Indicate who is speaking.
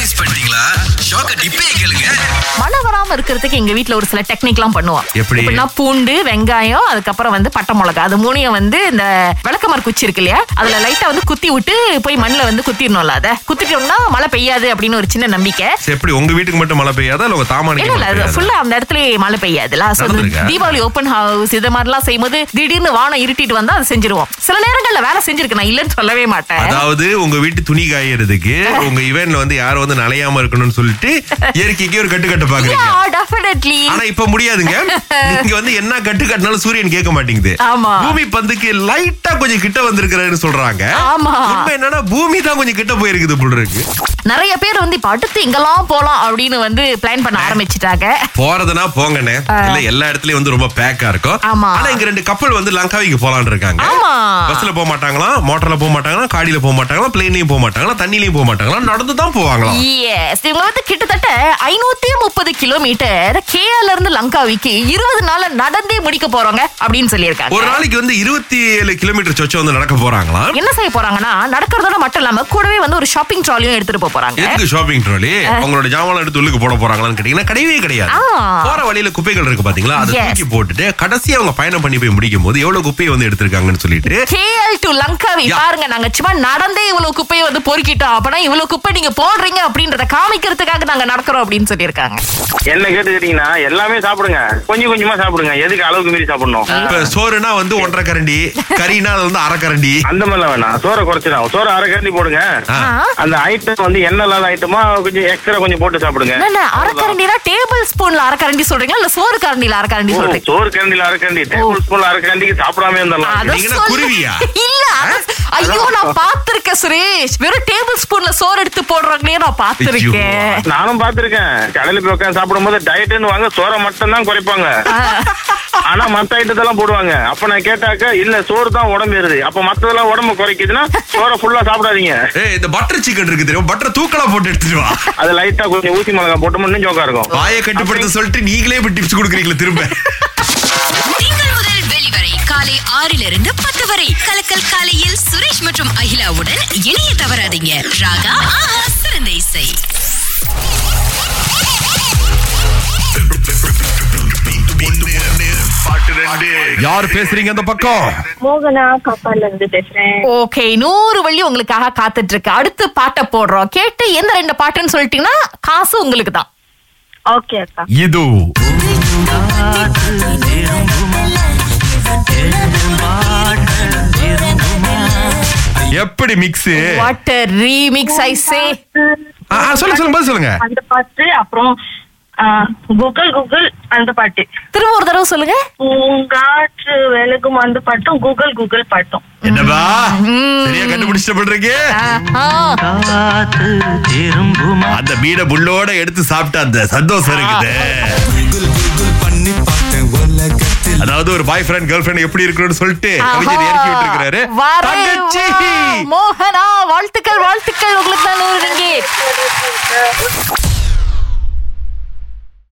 Speaker 1: Miss பண்ணிட்டீங்களா ஷாக்க டிப்பே கேளுங்க
Speaker 2: மழை வராம இருக்கிறதுக்கு எங்க வீட்ல ஒரு சில டெக்னிக் எல்லாம் பண்ணுவோம்
Speaker 1: எப்படி?
Speaker 2: எப்படின்னா பூண்டு வெங்காயம் அதுக்கப்புறம் வந்து பட்டை மிளகா அது மூணையும் வந்து இந்த விளக்கமார் குச்சி இருக்கு இல்லையா அதுல லைட்டா வந்து குத்தி விட்டு போய் மண்ணுல வந்து குத்திடணும்ல அதை குத்திட்டோம்னா மழை பெய்யாது அப்படின்னு ஒரு சின்ன நம்பிக்கை
Speaker 3: சரி, எப்படி உங்க வீட்டுக்கு மட்டும் மழை பெய்யாதா இல்ல உங்க தாமானிக்கு
Speaker 2: இல்ல
Speaker 3: மழை
Speaker 2: இல்ல
Speaker 3: பெய்யாதா?
Speaker 2: ஃபுல்லா அந்த இடத்துல மழை பெய்யாதுல So, அது
Speaker 3: நடந்திருக்கா?
Speaker 2: தீபாவளி ஓப்பன் ஹவுஸ் இது மாதிரிலாம் செய்யும்போது திடீர்னு வானம் இருட்டிட்டு வந்தா அது செஞ்சிருவோம் சில நேரங்கள்ல வேலை செஞ்சிருக்கு நான் இல்லன்னு சொல்லவே மாட்டேன்
Speaker 3: அதாவது உங்க வீட்டு துணி காயறதுக்கு உங்க இவெண்ட்ல வந்து யாரும் வந்து நனையாம இருக்கணும்னு சொல்லிட்டு இயற்கைக்கு ஒரு கட்டு கட்ட பாக்குறீங்க
Speaker 2: டெஃபினெட்லி
Speaker 3: ஆனா இப்ப முடியாதுங்க நீங்க வந்து என்ன கட்டு கட்டினாலும் சூரியன் கேட்க மாட்டேங்குது
Speaker 2: ஆமா.
Speaker 3: பூமி பந்துக்கு லைட்டா கொஞ்சம் கிட்ட வந்திருக்கிறாருன்னு சொல்றாங்க
Speaker 2: ஆமா.
Speaker 3: உண்மை என்னன்னா பூமி தான் கொஞ்சம் கிட்ட போயிருக்குது போல இருக்கு
Speaker 2: நிறைய பேர் வந்து இப்ப அடுத்து எங்கெல்லாம் போலாம் அப்படின்னு வந்து பிளான் பண்ண ஆரம்பிச்சிட்டாங்க
Speaker 3: போறதுனா போங்கண்ணே இல்ல எல்லா இடத்துலயும் வந்து ரொம்ப பேக்கா இருக்கும்
Speaker 2: ஆமா.
Speaker 3: ஆனா இங்க ரெண்டு கப்பல் வந்து லங்காவிக்கு போலான்னு இருக்காங்க
Speaker 2: ஆமா.
Speaker 3: பஸ்ல போக மாட்டாங்களா மோட்டார்ல போக மாட்டாங்களா காடியில போக மாட்டாங்களா பிளேன்லயும் போக மாட்டாங்களா தண்ணிலையும் போக மாட்டாங்களா நடந்து தான் போவாங்களா
Speaker 2: Yes. இவங்க வந்து கிட்டத்தட்ட ஐநூத்தி முப்பது கிலோமீட்டர் கேல இருந்து லங்காவிக்கு இருபது நாள்ல நடந்தே முடிக்க போறாங்க அப்படின்னு சொல்லியிருக்காங்க
Speaker 3: ஒரு நாளைக்கு வந்து இருபத்தி ஏழு கிலோமீட்டர் சொச்சம் வந்து நடக்க போறாங்களா
Speaker 2: என்ன செய்ய போறாங்கன்னா நடக்கிறதோட மட்டும் இல்லாம கூடவே வந்து ஒரு ஷாப்பிங் ட்ராலியும் எடுத்துட்டு போக போறாங்க
Speaker 3: எதுக்கு ஷாப்பிங் ட்ராலி உங்களோட ஜாமான் எடுத்து உள்ளுக்கு போட போறாங்களான்னு கேட்டீங்கன்னா கிடையவே கிடையாது
Speaker 2: ஆ.
Speaker 3: போற வழியில குப்பைகள் இருக்கு பாத்தீங்களா அதை
Speaker 2: Yes.
Speaker 3: தூக்கி போட்டுட்டு கடைசியா அவங்க பயணம் பண்ணி போய் முடிக்கும் போது எவ்வளவு குப்பையை வந்து எடுத்திருக்காங்கன்னு சொல்லிட்டு
Speaker 2: கேஎல் டு லங்காவி
Speaker 3: Yeah.
Speaker 2: பாருங்க நாங்க சும்மா நடந்தே இவ்வளவு குப்பையை வந்து பொறுக்கிட்டோம் அப்பனா இவ்வளவு குப்பை நீங்க போடுறீங்க அப்படின்றத காமிக்கிறதுக்காக நாங்க நடக்கிறோம் அப்படின்னு சொல்லியிருக்காங்க
Speaker 4: என்ன கேட்டுக்கிட்டீங்கன்னா எல்லாமே சாப்பிடுங்க கொஞ்சம் கொஞ்சமா சாப்பிடுங்க எதுக்கு அளவுக்கு மீறி சாப்பிடணும்
Speaker 3: இப்ப சோறுனா வந்து ஒன்றரை கரண்டி கறினா அது வந்து அரை கரண்டி
Speaker 4: அந்த மாதிரிலாம் வேணாம் சோறை குறைச்சிடும் சோறை அரை கரண்டி போடுங்க
Speaker 3: ஆ.
Speaker 2: ஆ.
Speaker 4: அந்த ஐட்டம் வந்து எண்ணெய் இல்லாத ஐட்டமா கொஞ்சம் எக்ஸ்ட்ரா கொஞ்சம் போட்டு சாப்பிடுங்க
Speaker 2: என்ன, என்ன அரைக்கரண்டினா டேபிள் ஸ்பூன்ல அரைக்கரண்டி சொல்றீங்களா இல்ல சோறு கரண்டில அரைக்கரண்டி
Speaker 4: ஓ,
Speaker 2: சொல்றீங்க
Speaker 4: சோறு கரண்டில அரை கரண்டி டேபிள் ஸ்பூன்ல அரை கரண்டிக்கு சாப்பிடாம
Speaker 2: அத
Speaker 4: இருந்தலாம்
Speaker 3: நீங்க என்ன
Speaker 2: சொல்லு.
Speaker 3: குருவியா?
Speaker 2: இல்ல அத- ஐயோ நான் பாத்திருக்கேன் சுரேஷ் வெறும் டேபிள் ஸ்பூன்ல சோறு எடுத்து போடுறாங்களே நான் பாத்திருக்கேன்
Speaker 3: ஐயோ.
Speaker 4: நானும் பாத்திருக்கேன் கடையில போய் உட்காந்து சாப்பிடும்போது டயட்னு வாங்க சோறை மட்டும் தான் குறைப்பாங்க ஆனா மத்த ஐட்டத்தெல்லாம் போடுவாங்க அப்ப நான் கேட்டாக்க இல்ல சோறு தான் உடம்பு ஏறுது அப்ப மத்ததெல்லாம் உடம்பு குறைக்குதுன்னா சோறை ஃபுல்லா சாப்பிடாதீங்க
Speaker 3: ஏய் இந்த பட்டர் சிக்கன் இருக்கு தெரியும் பட்டர் தூக்கலா போட்டு எடுத்துட்டு வா
Speaker 4: அது லைட்டா கொஞ்சம் ஊசி மிளகா போட்டோம்னா இன்னும் ஜோக்கா இருக்கும்
Speaker 3: வாயை கட்டுப்படுத்த சொல்லிட்டு நீங்களே இப்ப டிப்ஸ் கொடுக்குறீங்களே திரும்ப
Speaker 5: திங்கள் முதல் வெளிவரை காலை ஆறிலிருந்து பத்து வரை கலக்கல் காலையில் சுரேஷ் மற்றும் அகிலாவுடன் இணைய தவறாதீங்க ராகா ஆஹா சிறந்த இசை
Speaker 3: யார் பேசுறீங்க அந்த பக்கம்
Speaker 6: மோகனா காப்பால இருந்து பேசுறேன்
Speaker 2: ஓகே நூறு வள்ளி உங்களுக்காக காத்துட்டு இருக்கு அடுத்து பாட்டை போடுறோம் கேட்டு எந்த ரெண்டு பாட்டுன்னு சொல்லிட்டீங்கன்னா காசு உங்களுக்கு தான்
Speaker 6: ஓகே அக்கா
Speaker 3: இது எப்படி mix
Speaker 2: what remix I say
Speaker 3: சொல்லுங்க சொல்லுங்க பதில் சொல்லுங்க
Speaker 6: அந்த பாட்டு அப்புறம் கூகுள் கூகுள் அந்த பாட்டு
Speaker 2: திரும்ப ஒரு தடவை சொல்லுங்க
Speaker 6: பூங்காற்று விலகும் அந்த பாட்டும் கூகுள் கூகுள் பாட்டும்
Speaker 3: என்னவா சரியா கண்டுபிடிச்சிட்ட பண்றீங்க
Speaker 2: ஆஹா.
Speaker 3: அந்த மீட புல்லோட எடுத்து சாப்பிட்ட அந்த சந்தோஷம் இருக்குது அதாவது ஒரு பாய் ஃப்ரெண்ட் கேர்ள் ஃப்ரெண்ட் எப்படி இருக்கணும்னு சொல்லிட்டு கவிஞர் இறக்கி விட்டு இருக்கிறாரு
Speaker 2: வரே
Speaker 3: தங்கச்சி
Speaker 2: வா. மோகனா வாழ்த்துக்கள் வாழ்த்துக்கள் உங்களுக்கு தான் நூறு ரிங்கி